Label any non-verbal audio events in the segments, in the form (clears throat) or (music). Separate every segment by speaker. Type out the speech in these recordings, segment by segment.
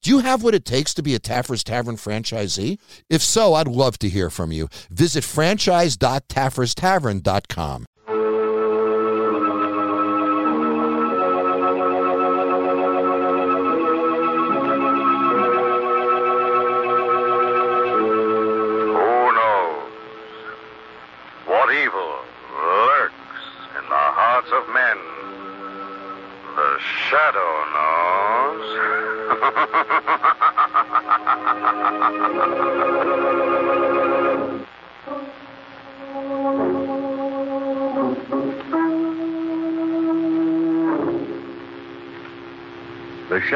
Speaker 1: Do you have what it takes to be a Taffer's Tavern franchisee? If so, I'd love to hear from you. Visit franchise.tafferstavern.com.
Speaker 2: Who knows what evil lurks in the hearts of men? The shadow knows. (laughs)
Speaker 3: The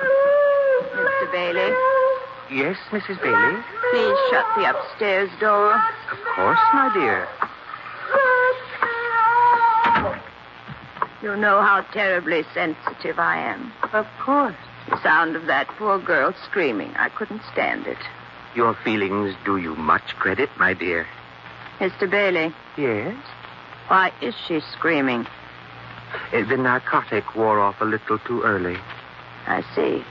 Speaker 4: Mr. Bailey,
Speaker 5: Yes, Mrs. Bailey?
Speaker 4: please shut the upstairs door.
Speaker 5: Of course, my dear.
Speaker 4: You know how terribly sensitive I am. Of course. The sound of that poor girl screaming. I couldn't stand it.
Speaker 5: Your feelings do you much credit, my dear.
Speaker 4: Mr. Bailey,
Speaker 5: Yes?
Speaker 4: why is she screaming?
Speaker 5: Uh, the narcotic wore off a little too early.
Speaker 4: I see.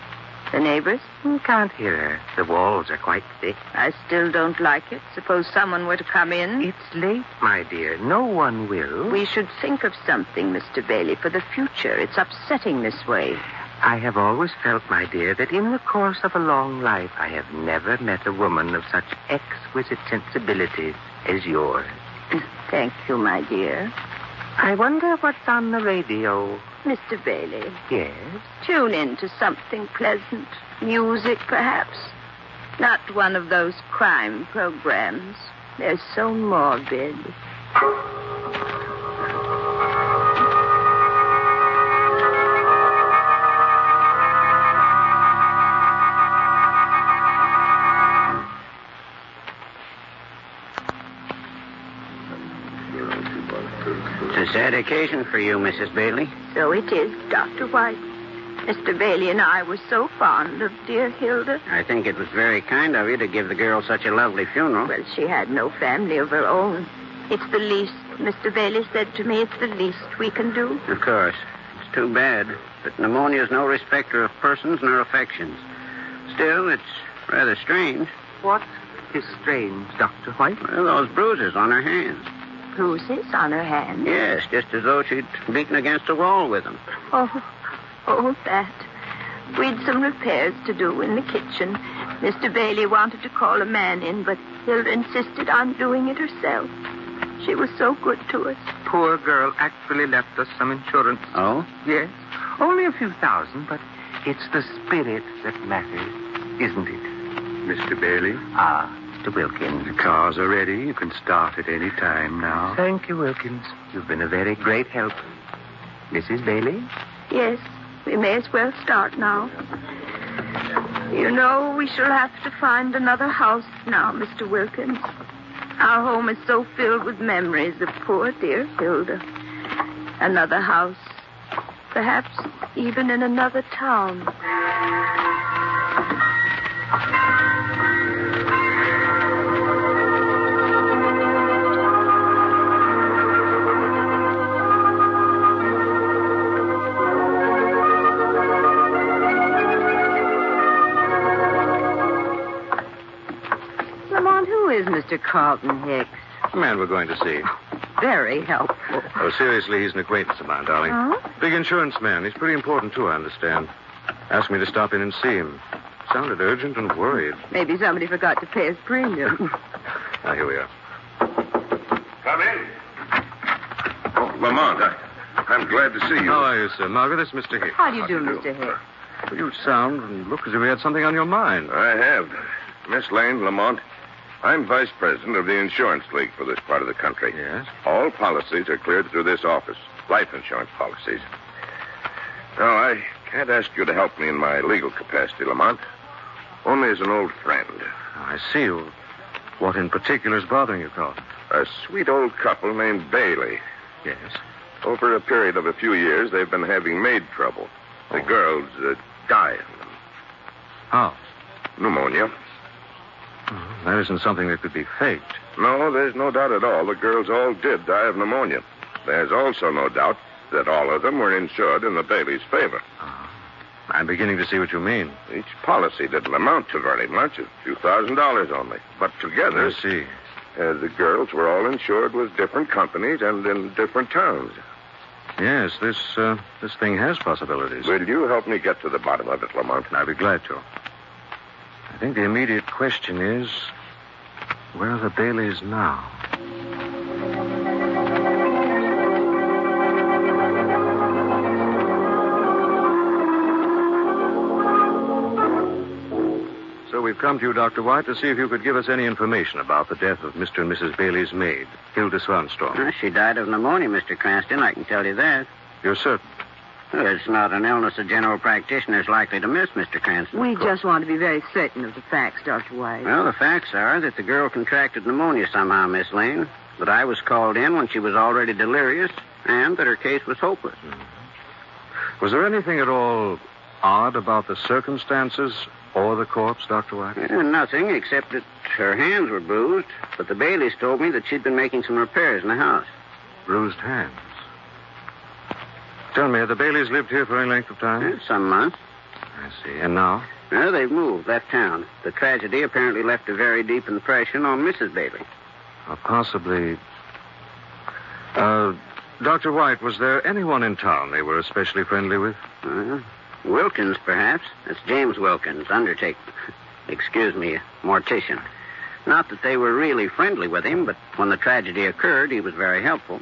Speaker 4: The neighbors?
Speaker 5: You can't hear her. The walls are quite thick.
Speaker 4: I still don't like it. Suppose someone were to come in.
Speaker 5: It's late, my dear. No one will.
Speaker 4: We should think of something, Mr. Bailey, for the future. It's upsetting this way. (clears throat)
Speaker 5: I have always felt, my dear, that in the course of a long life, I have never met a woman of such exquisite sensibilities as yours.
Speaker 4: Thank you, my dear.
Speaker 5: I wonder what's on the radio.
Speaker 4: Mr. Bailey,
Speaker 5: Yes?
Speaker 4: tune in to something pleasant. Music, perhaps. Not one of those crime programs. They're so morbid.
Speaker 6: It's a sad occasion for you, Mrs. Bailey.
Speaker 4: So it is, Dr. White. Mr. Bailey and I were so fond of dear Hilda.
Speaker 6: I think it was very kind of you to give the girl such a lovely funeral.
Speaker 4: Well, she had no family of her own. It's the least, Mr. Bailey said to me, it's the least we can do.
Speaker 6: Of course. It's too bad. But pneumonia is no respecter of persons nor affections. Still, it's rather strange.
Speaker 5: What is strange, Dr. White?
Speaker 6: Well, those bruises on her hands.
Speaker 4: Bruises on her hand.
Speaker 6: Yes, just as though she'd beaten against a wall with them.
Speaker 4: Oh, oh, that. We'd some repairs to do in the kitchen. Mr. Bailey wanted to call a man in, but Hilda insisted on doing it herself. She was so good to us.
Speaker 5: Poor girl actually left us some insurance.
Speaker 6: Oh?
Speaker 5: Yes. Only a few thousand, but it's the spirit that matters, isn't it?
Speaker 3: Mr. Bailey,
Speaker 5: Ah, Mr. Wilkins.
Speaker 3: the cars are ready. You can start at any time now.
Speaker 5: Thank you, Wilkins. You've been a very great help. Mrs. Bailey?
Speaker 4: Yes, we may as well start now. You know, we shall have to find another house now, Mr. Wilkins. Our home is so filled with memories of poor dear Hilda. Another house, perhaps even in another town. Lamont, who is Mr. Carlton Hicks?
Speaker 5: The man we're going to see.
Speaker 4: Very helpful.
Speaker 5: Oh, seriously, he's an acquaintance of mine, darling.
Speaker 4: Huh?
Speaker 5: Big insurance man. He's pretty important, too, I understand. Asked me to stop in and see him. Sounded urgent and worried.
Speaker 4: Maybe somebody forgot to pay his premium.
Speaker 5: Ah, here we are.
Speaker 3: Come in. Oh, Lamont, I, I'm glad to see you.
Speaker 5: How are you, sir? Margaret, it's Mr. Hicks.
Speaker 4: How do you do, Mr. Hicks?
Speaker 5: Well, You sound and look as if you had something on your mind.
Speaker 3: I have. Miss Lane, Lamont, I'm vice president of the insurance league for this part of the country.
Speaker 5: Yes?
Speaker 3: All policies are cleared through this office, life insurance policies. Now, I can't ask you to help me in my legal capacity, Lamont. Only as an old friend.
Speaker 5: I see. What in particular is bothering you, Carlton?
Speaker 3: A sweet old couple named Bailey.
Speaker 5: Yes.
Speaker 3: Over a period of a few years, they've been having maid trouble. The
Speaker 5: Oh.
Speaker 3: girl's uh, dying.
Speaker 5: How?
Speaker 3: Pneumonia.
Speaker 5: Mhm. Oh. That isn't something that could be faked.
Speaker 3: No, there's no doubt at all. The girls all did die of pneumonia. There's also no doubt that all of them were insured in the Bailey's favor.
Speaker 5: I'm beginning to see what you mean.
Speaker 3: Each policy didn't amount to very much, a few thousand dollars only. But together,
Speaker 5: I see.
Speaker 3: uh, the girls were all insured with different companies and in different towns.
Speaker 5: Yes, this uh, this thing has possibilities.
Speaker 3: Will you help me get to the bottom of it, Lamont?
Speaker 5: I'd be glad to. I think the immediate question is, where are the Baileys now? So we've come to you, Dr. White, to see if you could give us any information about the death of Mr. and Mrs. Bailey's maid, Hilda Swanstrom.
Speaker 6: Well, she died of pneumonia, Mr. Cranston. I can tell you that.
Speaker 5: You're certain?
Speaker 6: Well, it's not an illness a general practitioner is likely to miss, Mr. Cranston.
Speaker 7: We just want to be very certain of the facts, Dr. White.
Speaker 6: Well, the facts are that the girl contracted pneumonia somehow, Miss Lane. But I was called in when she was already delirious, and that her case was hopeless.
Speaker 5: Was there anything at all odd about the circumstances or the corpse, Dr. White?
Speaker 6: Eh, nothing except that her hands were bruised, but the Baileys told me that she'd been making some repairs in the house.
Speaker 5: Bruised hands. Tell me, have the Baileys lived here for any length of time?
Speaker 6: Eh, some months.
Speaker 5: I see. And now?
Speaker 6: Well, they've moved, left town. The tragedy apparently left a very deep impression on Mrs. Bailey.
Speaker 5: Uh, possibly. Uh, Dr. White, was there anyone in town they were especially friendly with?
Speaker 6: Uh, Wilkins, perhaps. That's James Wilkins, undertaker. (laughs) Excuse me, mortician. Not that they were really friendly with him, but when the tragedy occurred, he was very helpful.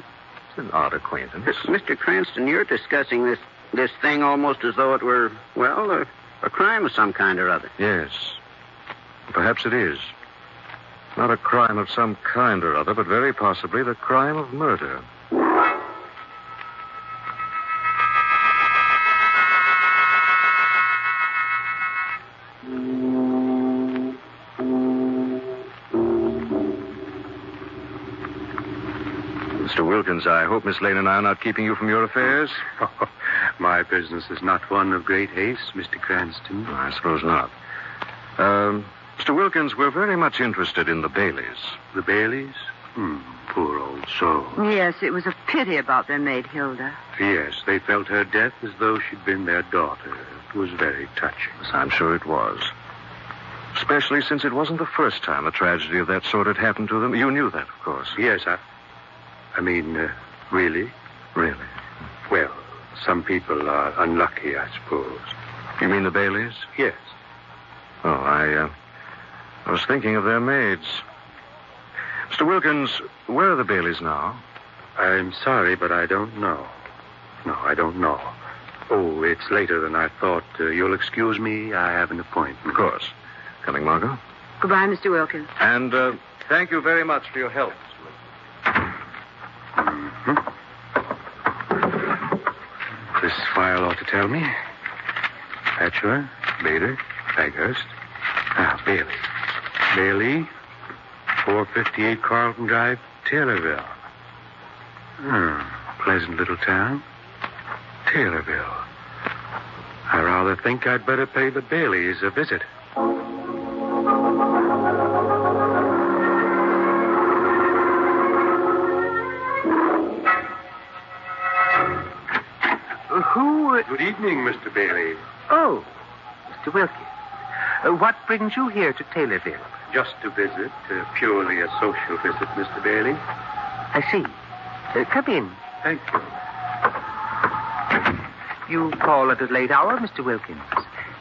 Speaker 5: It's an odd acquaintance.
Speaker 6: (laughs) Mr. Cranston, you're discussing this this thing almost as though it were, well, a, a crime of some kind or other.
Speaker 5: Yes. Perhaps it is. Not a crime of some kind or other, but very possibly the crime of murder. Mr. Wilkins, I hope Miss Lane and I are not keeping you from your affairs.
Speaker 8: (laughs) My business is not one of great haste, Mr. Cranston.
Speaker 5: I suppose not. Um, Mr. Wilkins, we're very much interested in the Baileys.
Speaker 8: The Baileys? Hmm, poor old soul.
Speaker 7: Yes, it was a pity about their maid, Hilda.
Speaker 8: Yes, they felt her death as though she'd been their daughter. It was very touching.
Speaker 5: Yes, I'm sure it was. Especially since it wasn't the first time a tragedy of that sort had happened to them. You knew that, of course.
Speaker 8: Yes, I. I mean, uh, really?
Speaker 5: Really?
Speaker 8: Well, some people are unlucky, I suppose.
Speaker 5: You mean the Baileys?
Speaker 8: Yes.
Speaker 5: Oh, I, uh, I was thinking of their maids. Mr. Wilkins, where are the Baileys now?
Speaker 8: I'm sorry, but I don't know. No, I don't know. Oh, it's later than I thought. Uh, you'll excuse me. I have an appointment.
Speaker 5: Of course. Coming, Margot.
Speaker 7: Goodbye, Mr. Wilkins.
Speaker 5: And uh, thank you very much for your help.
Speaker 9: Mm-hmm.
Speaker 8: This file ought to tell me. Hatcher, Bader, Baghurst. Ah, Bailey. Bailey,
Speaker 9: 458 Carlton Drive, Taylorville. Hmm, pleasant little town. Taylorville. I rather think I'd better pay the Baileys a visit.
Speaker 8: Uh, Who?
Speaker 9: Good evening, Mr. Bailey.
Speaker 8: Oh, Mr. Wilkins. Uh, what brings you here to Taylorville?
Speaker 9: Just a visit, uh, purely a social visit, Mr. Bailey.
Speaker 8: I see. Uh, come in.
Speaker 9: Thank you.
Speaker 8: You call at a late hour, Mr. Wilkins.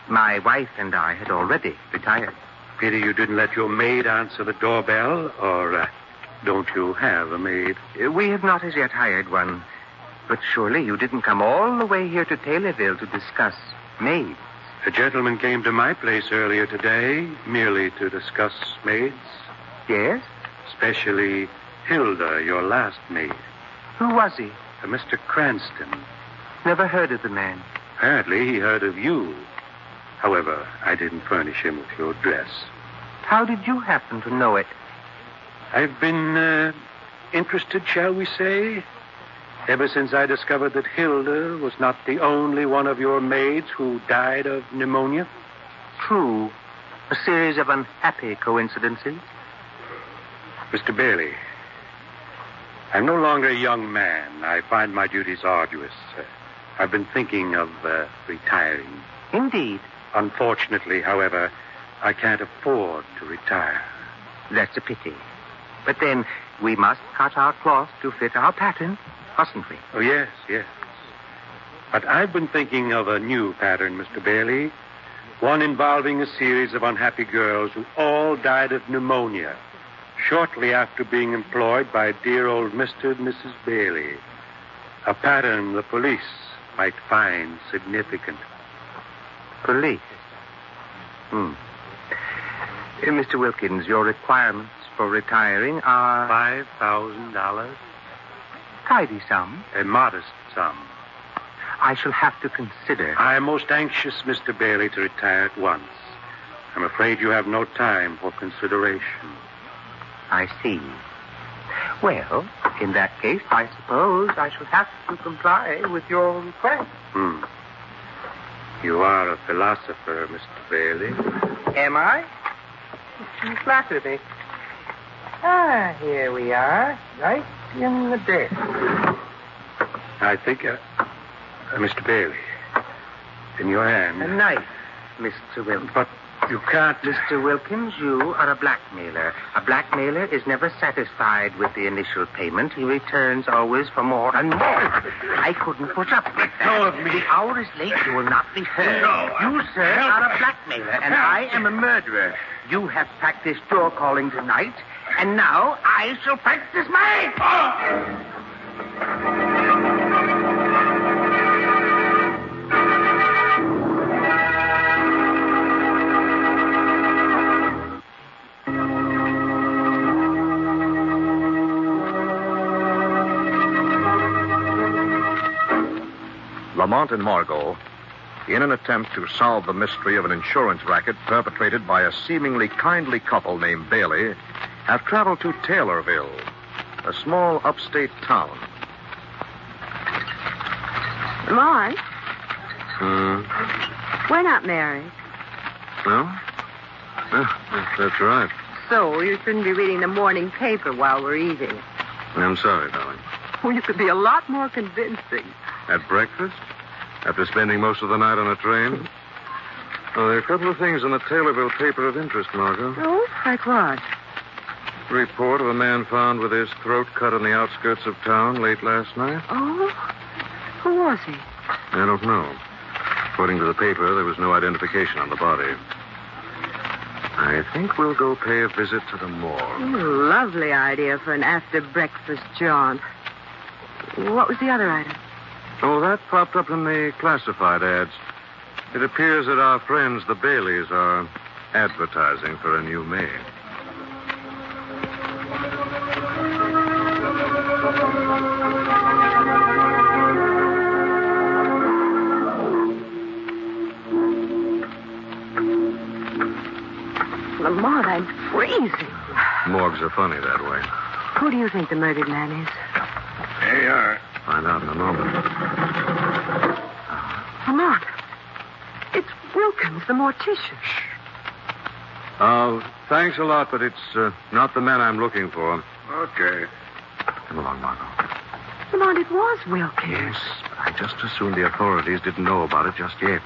Speaker 8: My wife and I had already retired.
Speaker 9: Pity you didn't let your maid answer the doorbell, or uh, don't you have a maid?
Speaker 8: Uh, We have not as yet hired one. But surely you didn't come all the way here to Taylorville to discuss maids.
Speaker 9: A gentleman came to my place earlier today merely to discuss maids,
Speaker 8: Yes?
Speaker 9: especially Hilda, your last maid,
Speaker 8: Who was he?
Speaker 9: uh, Mr. Cranston.
Speaker 8: Never heard of the man.
Speaker 9: Apparently, he heard of you. However, I didn't furnish him with your dress.
Speaker 8: How did you happen to know it?
Speaker 9: I've been uh, interested, shall we say, ever since I discovered that Hilda was not the only one of your maids who died of pneumonia.
Speaker 8: True. A series of unhappy coincidences.
Speaker 9: Mr. Bailey, I'm no longer a young man. I find my duties arduous. Uh, I've been thinking of uh, retiring.
Speaker 8: Indeed.
Speaker 9: Unfortunately, however, I can't afford to retire.
Speaker 8: That's a pity. But then we must cut our cloth to fit our pattern, mustn't we?
Speaker 9: Oh, yes, yes. But I've been thinking of a new pattern, Mr. Bailey. One involving a series of unhappy girls who all died of pneumonia shortly after being employed by dear old Mr. and Mrs. Bailey. A pattern the police might find significant.
Speaker 8: Police. Hmm. Uh, Mr. Wilkins, your requirements for retiring are.
Speaker 9: $5,000?
Speaker 8: Tidy sum.
Speaker 9: A modest sum.
Speaker 8: I shall have to consider.
Speaker 9: I'm most anxious, Mr. Bailey, to retire at once. I'm afraid you have no time for consideration.
Speaker 8: I see. Well, in that case, I suppose I shall have to comply with your request.
Speaker 9: Hmm. You are a philosopher, Mr. Bailey.
Speaker 8: Am I? You flatter me. Ah, here we are, right in the desk.
Speaker 9: I think, uh, uh, Mr. Bailey, in your hand.
Speaker 8: A knife, Mr. Wilkins.
Speaker 9: But you can't.
Speaker 8: Mr. Wilkins, you are a blackmailer. A blackmailer is never satisfied with the initial payment. He returns always for more and more. I couldn't put up with that.
Speaker 9: go of me.
Speaker 8: The hour is late. You will not be heard.
Speaker 9: No, I-
Speaker 8: you, sir,
Speaker 9: Help.
Speaker 8: are a blackmailer, and
Speaker 9: Help.
Speaker 8: I am a murderer. You have practiced your calling tonight, and now I shall practice mine.
Speaker 5: Lamont and Margot, in an attempt to solve the mystery of an insurance racket perpetrated by a seemingly kindly couple named Bailey, have traveled to Taylorville, a small upstate town.
Speaker 7: Lamont,
Speaker 5: Hmm.
Speaker 7: we're not married.
Speaker 5: No? that's right.
Speaker 7: So you shouldn't be reading the morning paper while we're eating.
Speaker 5: I'm sorry, darling.
Speaker 7: Well, Oh, you could be a lot more convincing.
Speaker 5: At breakfast? After spending most of the night on a train? Oh, there are a couple of things in the Taylorville paper of interest, Margot.
Speaker 7: Oh, like what?
Speaker 5: Report of a man found with his throat cut on the outskirts of town late last night?
Speaker 7: Oh, who was he?
Speaker 5: I don't know. According to the paper, there was no identification on the body. I think we'll go pay a visit to the morgue.
Speaker 7: Ooh, lovely idea for an after breakfast jaunt. What was the other item?
Speaker 5: Oh, that popped up in the classified ads. It appears that our friends, the Baileys, are advertising for a new maid.
Speaker 7: Lamont, I'm freezing.
Speaker 5: Morgue's Things are funny that way.
Speaker 7: Who do you think the murdered man is?
Speaker 5: They are. Find out in a moment.
Speaker 7: Lamont. It's Wilkins, the mortician.
Speaker 5: Uh, thanks a lot, but it's uh, not the man I'm looking for.
Speaker 3: Okay.
Speaker 5: Come along, Margot.
Speaker 7: Lamont, it was Wilkins.
Speaker 5: Yes, but I just assumed the authorities didn't know about it just yet.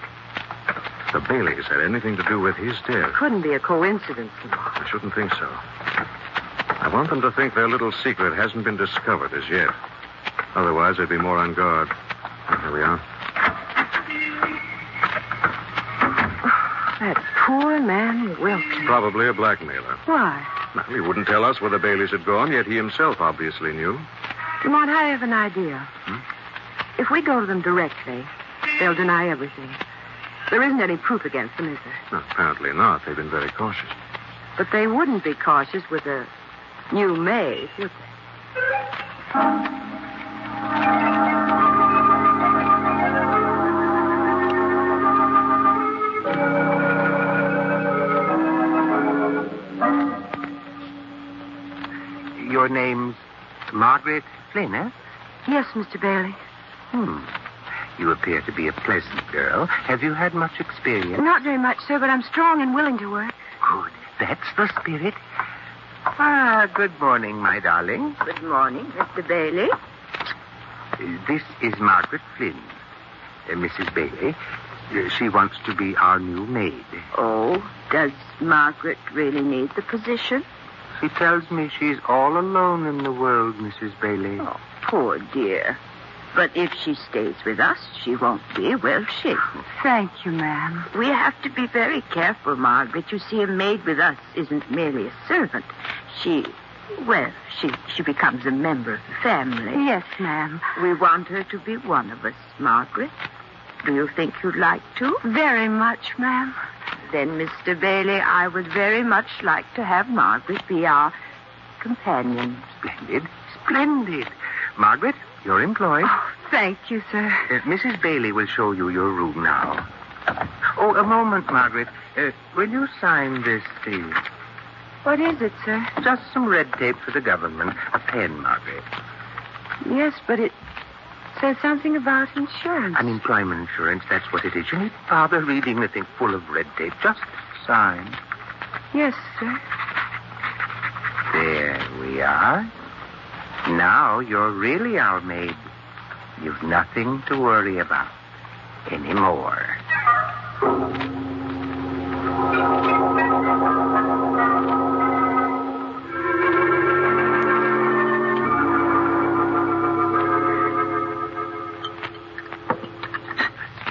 Speaker 5: The Baileys had anything to do with his death.
Speaker 7: Couldn't be a coincidence, Lamont.
Speaker 5: I shouldn't think so. I want them to think their little secret hasn't been discovered as yet. Otherwise, they'd be more on guard. Oh, here we are.
Speaker 7: That poor man Wilkins.
Speaker 5: Probably a blackmailer.
Speaker 7: Why?
Speaker 5: Now, he wouldn't tell us where the Baileys had gone, yet he himself obviously knew.
Speaker 7: Lamont, I have an idea. If we go to them directly, they'll deny everything. There isn't any proof against them, is there?
Speaker 5: No, apparently not. They've been very cautious.
Speaker 7: But they wouldn't be cautious with a new maid, would they?
Speaker 8: Your name's Margaret Flynn, eh?
Speaker 7: Yes, Mr. Bailey.
Speaker 8: Hmm. You appear to be a pleasant girl. Have you had much experience?
Speaker 7: Not very much, sir, but I'm strong and willing to work.
Speaker 8: Good. That's the spirit. Ah, good morning, my darling.
Speaker 4: Good morning, Mr. Bailey.
Speaker 8: This is Margaret Flynn, uh, Mrs. Bailey. Uh, She wants to be our new maid.
Speaker 4: Oh, does Margaret really need the position?
Speaker 8: She tells me she's all alone in the world, Mrs. Bailey.
Speaker 4: Oh, poor dear. But if she stays with us, she won't be, will she?
Speaker 7: Thank you, ma'am.
Speaker 4: We have to be very careful, Margaret. You see, a maid with us isn't merely a servant. She, well, she, she becomes a member of the family.
Speaker 7: Yes, ma'am.
Speaker 4: We want her to be one of us, Margaret. Do you think you'd like to?
Speaker 7: Very much, ma'am.
Speaker 4: Then, Mr. Bailey, I would very much like to have Margaret be our companion.
Speaker 8: Splendid. Splendid. Margaret, you're employed.
Speaker 7: Oh, thank you, sir.
Speaker 8: Uh, Mrs. Bailey will show you your room now. Oh, a moment, Margaret. Uh, will you sign this, please?
Speaker 7: What is it, sir?
Speaker 8: Just some red tape for the government. A pen, Margaret.
Speaker 7: Yes, but it says something about insurance.
Speaker 8: Unemployment insurance, that's what it is. You need bother reading the thing full of red tape. Just sign.
Speaker 7: Yes, sir.
Speaker 8: There we are. Now you're really our maid. You've nothing to worry about anymore.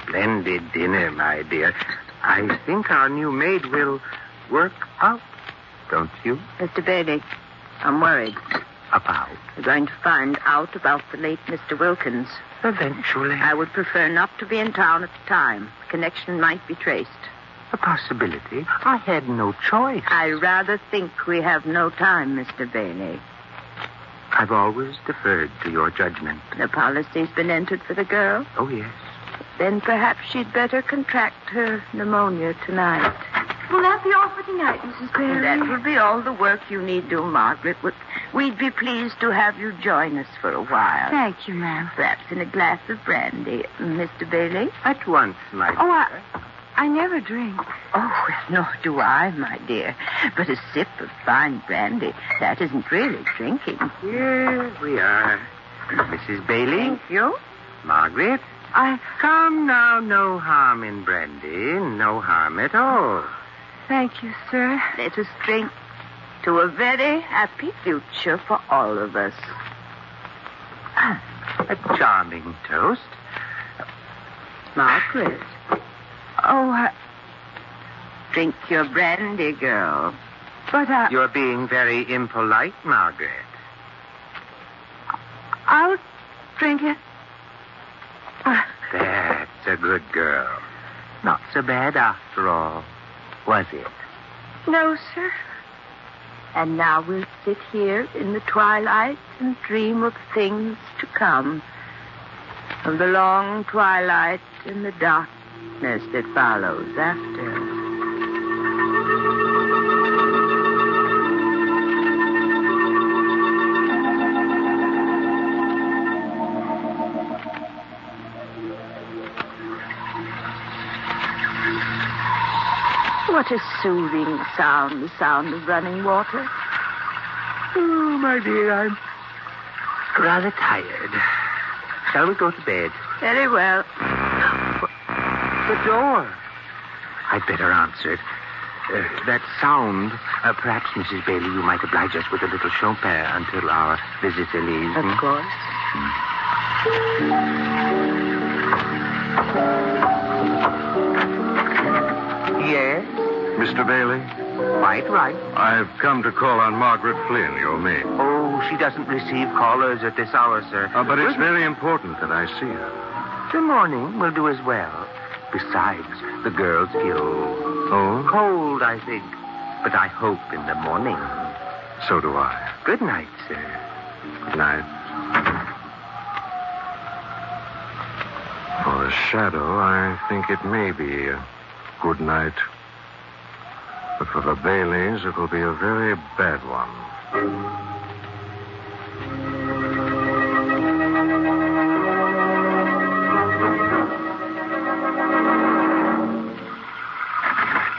Speaker 8: Splendid dinner, my dear. I think our new maid will work out, don't you?
Speaker 4: Mr. Bailey, I'm worried.
Speaker 8: About.
Speaker 4: We're going to find out about the late Mr. Wilkins.
Speaker 8: Eventually.
Speaker 4: I would prefer not to be in town at the time. The connection might be traced.
Speaker 8: A possibility. I had no choice.
Speaker 4: I rather think we have no time, Mr. Bailey.
Speaker 8: I've always deferred to your judgment.
Speaker 4: The policy's been entered for the girl.
Speaker 8: Oh, yes.
Speaker 4: Then perhaps she'd better contract her pneumonia tonight.
Speaker 7: Will that be all for tonight, Mrs. Bailey?
Speaker 4: That will be all the work you need do, Margaret. We- We'd be pleased to have you join us for a while.
Speaker 7: Thank you, ma'am.
Speaker 4: Perhaps in a glass of brandy, Mr. Bailey.
Speaker 8: At once, my
Speaker 7: Oh, I, I never drink.
Speaker 4: Oh, well, nor do I, my dear. But a sip of fine brandy, that isn't really drinking.
Speaker 8: Here we are. Mrs. Bailey,
Speaker 4: Thank you.
Speaker 8: Margaret.
Speaker 7: I
Speaker 8: Come now, Um, no harm in brandy. No harm at all.
Speaker 7: thank you, sir.
Speaker 4: Let us drink to a very happy future for all of us.
Speaker 8: A charming toast.
Speaker 4: Margaret,
Speaker 7: Oh, I,
Speaker 4: uh, drink your brandy, girl.
Speaker 7: but uh, I,
Speaker 8: You're being very impolite, Margaret.
Speaker 7: I'll drink it. Ah,
Speaker 8: That's a good girl. Not so bad after all, was it?
Speaker 7: no, sir.
Speaker 4: And now we'll sit here in the twilight and dream of things to come. Of the long twilight and the darkness that follows after. What a soothing sound, the sound of running water.
Speaker 8: Oh, my dear, I'm rather tired. Shall we go to bed?
Speaker 4: Very well.
Speaker 8: The door. I'd better answer it. Uh, that sound. Uh, perhaps, Mrs. Bailey, you might oblige us with a little Chopin until our hmm? visitor leaves. Of
Speaker 4: course.
Speaker 8: Yes?
Speaker 3: Mr. Bailey?
Speaker 8: Quite right.
Speaker 3: I've come to call on Margaret Flynn, your maid.
Speaker 8: Oh, she doesn't receive callers at this hour, sir.
Speaker 3: Uh, but it's
Speaker 8: Good-
Speaker 3: very important that I see her.
Speaker 8: The morning will do as well. Besides, the girls feel
Speaker 3: Oh?
Speaker 8: cold, I think. But I hope in the morning.
Speaker 3: So do I.
Speaker 8: Good night, sir.
Speaker 3: Good night. For a shadow, I think it may be a good night. But for the Baileys, it will be a very bad one.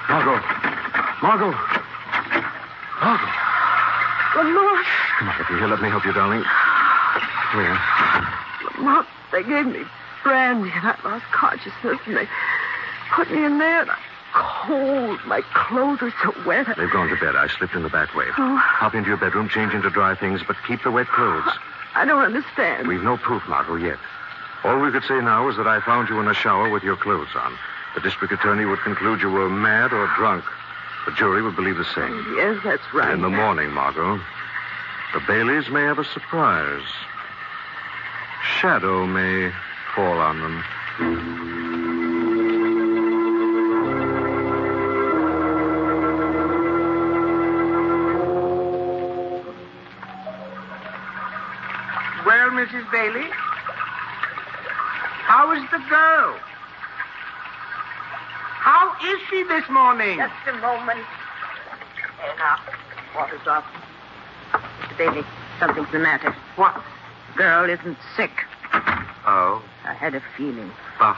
Speaker 3: Margot! Margot! Margot!
Speaker 4: Lamont,
Speaker 3: Come on, if you're here, let me help you, darling. Come here.
Speaker 4: Lamont, they gave me brandy and I lost consciousness and they put me in there and I'm cold. My clothes are so wet.
Speaker 3: They've gone to bed. I slipped in the back way.
Speaker 4: Oh.
Speaker 3: Hop into your bedroom, change into dry things, but keep the wet clothes.
Speaker 4: I don't understand.
Speaker 3: We've no proof, Margot, yet. All we could say now is that I found you in a shower with your clothes on. The district attorney would conclude you were mad or drunk. The jury would believe the same.
Speaker 4: Yes, that's right.
Speaker 3: In the morning, Margot, the Baileys may have a surprise. Shadow may fall on them.
Speaker 8: Well, Mrs. Bailey, how is the girl? How is she this morning?
Speaker 10: Just a moment. There now. Water's off. Mr. Bailey, something's the matter. What? Girl isn't sick.
Speaker 8: Oh,
Speaker 10: I had a feeling.
Speaker 8: bah.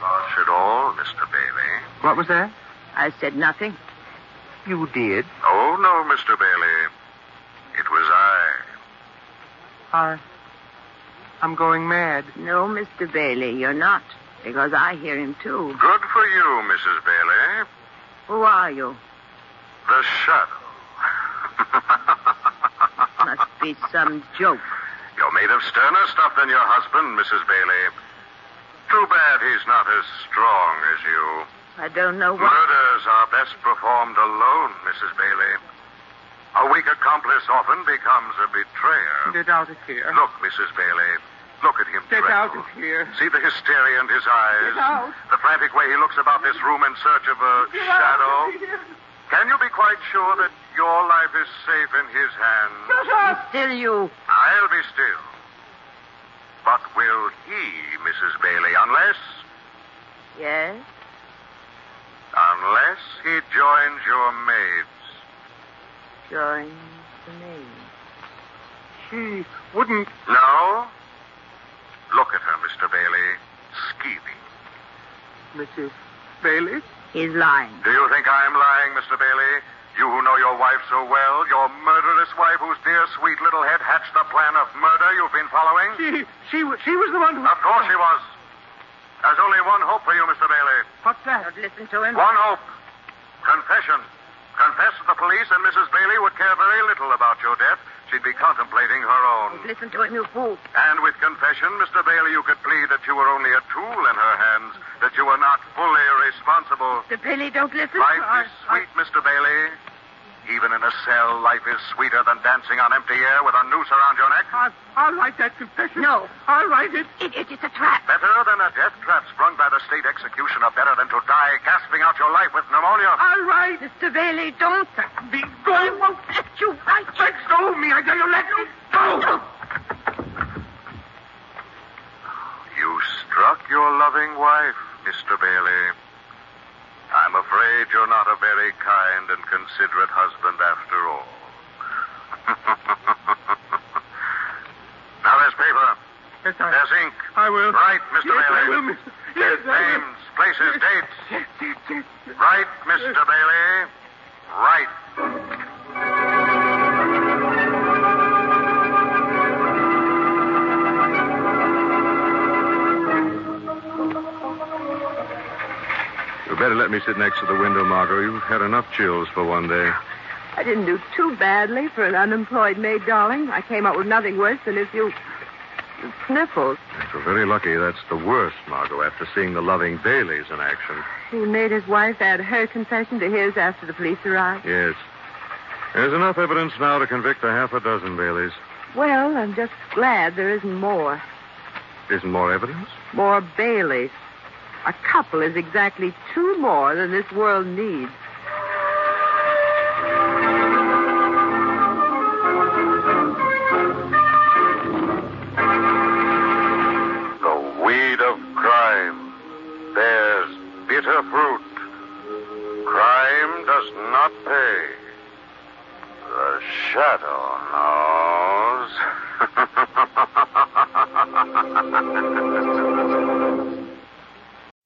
Speaker 3: Not at all, Mr. Bailey.
Speaker 8: What was that?
Speaker 10: I said nothing.
Speaker 8: You did.
Speaker 3: Oh, no, Mr. Bailey. It was I.
Speaker 8: I. I'm going mad.
Speaker 10: No, Mr. Bailey, you're not. Because I hear him too.
Speaker 3: Good for you, Mrs. Bailey.
Speaker 10: Who are you?
Speaker 3: The shadow. (laughs)
Speaker 10: Must be some joke.
Speaker 3: You're made of sterner stuff than your husband, Mrs. Bailey. Too bad he's not as strong as you.
Speaker 10: I don't know what.
Speaker 3: Murders are best performed alone, Mrs. Bailey. A weak accomplice often becomes a betrayer.
Speaker 8: Get out of here.
Speaker 3: Look, Mrs. Bailey. Look at him.
Speaker 8: Get
Speaker 3: tremble.
Speaker 8: out of here.
Speaker 3: See the hysteria in his eyes.
Speaker 8: Get out.
Speaker 3: The frantic way he looks about this room in search of a shadow. Can you be quite sure that your life is safe in his hands?
Speaker 10: Still you.
Speaker 3: I'll be still. But will he, Mrs. Bailey, unless
Speaker 10: Yes?
Speaker 3: unless he joins your maids?
Speaker 10: Join me.
Speaker 8: She wouldn't.
Speaker 3: No? Look at her, Mr. Bailey. Scheming.
Speaker 8: Mrs. Bailey?
Speaker 10: He's lying.
Speaker 8: (laughs)
Speaker 3: Do you think I'm lying, Mr. Bailey? You who know your wife so well, your murderous wife whose dear sweet little head hatched the plan of murder you've been following?
Speaker 8: She, she, wa- she was the one who.
Speaker 3: Of course she was. There's only one hope for you, Mr. Bailey.
Speaker 8: What's that?
Speaker 10: Don't listen to him.
Speaker 3: One hope. Confession. Confess to the police, and Mrs. Bailey would care very little about your death. She'd be contemplating her
Speaker 10: Don't
Speaker 3: own.
Speaker 10: Listen to him, you fool.
Speaker 3: And with confession, Mr. Bailey, you could plead that you were only a tool in her hands, that you were not fully responsible.
Speaker 10: Mr. Bailey, don't listen.
Speaker 3: Life
Speaker 10: I-
Speaker 3: is sweet, Mr. Bailey. Even in a cell, life is sweeter than dancing on empty air with a noose around your neck.
Speaker 8: I, I'll write that confession.
Speaker 10: No.
Speaker 8: I'll write it.
Speaker 10: Idiot, it's a trap.
Speaker 3: Better than a death trap sprung by the state executioner, better than to die gasping out your life with pneumonia.
Speaker 8: I'll write.
Speaker 10: Mr. Bailey, don't.
Speaker 8: Be going.
Speaker 10: won't let you right.
Speaker 8: Let go of me. I tell you, let me go.
Speaker 3: You struck your loving wife, Mr. Bailey. I'm afraid you're not a very kind and considerate husband after all. (laughs) now there's paper.
Speaker 8: Yes, I,
Speaker 3: There's ink.
Speaker 8: I will.
Speaker 3: Right, Mr.
Speaker 8: Yes, I
Speaker 3: Bailey.
Speaker 8: will, Mr. Yes,
Speaker 3: There's
Speaker 8: I will.
Speaker 3: names, place Places, dates. Right, Mr. Bailey. Right.
Speaker 5: You better let me sit next to the window, Margot. You've had enough chills for one day.
Speaker 4: I didn't do too badly for an unemployed maid, darling. I came up with nothing worse than if you. sniffles.
Speaker 5: If you're very lucky, that's the worst, Margot, after seeing the loving Baileys in action.
Speaker 4: He made his wife add her confession to his after the police arrived.
Speaker 5: Yes. There's enough evidence now to convict a half a dozen Baileys.
Speaker 4: Well, I'm just glad there isn't more.
Speaker 5: Isn't more evidence?
Speaker 4: More Baileys. A couple is exactly two more than this world needs.
Speaker 3: The weed of crime bears bitter fruit. Crime does not pay. The shadow knows.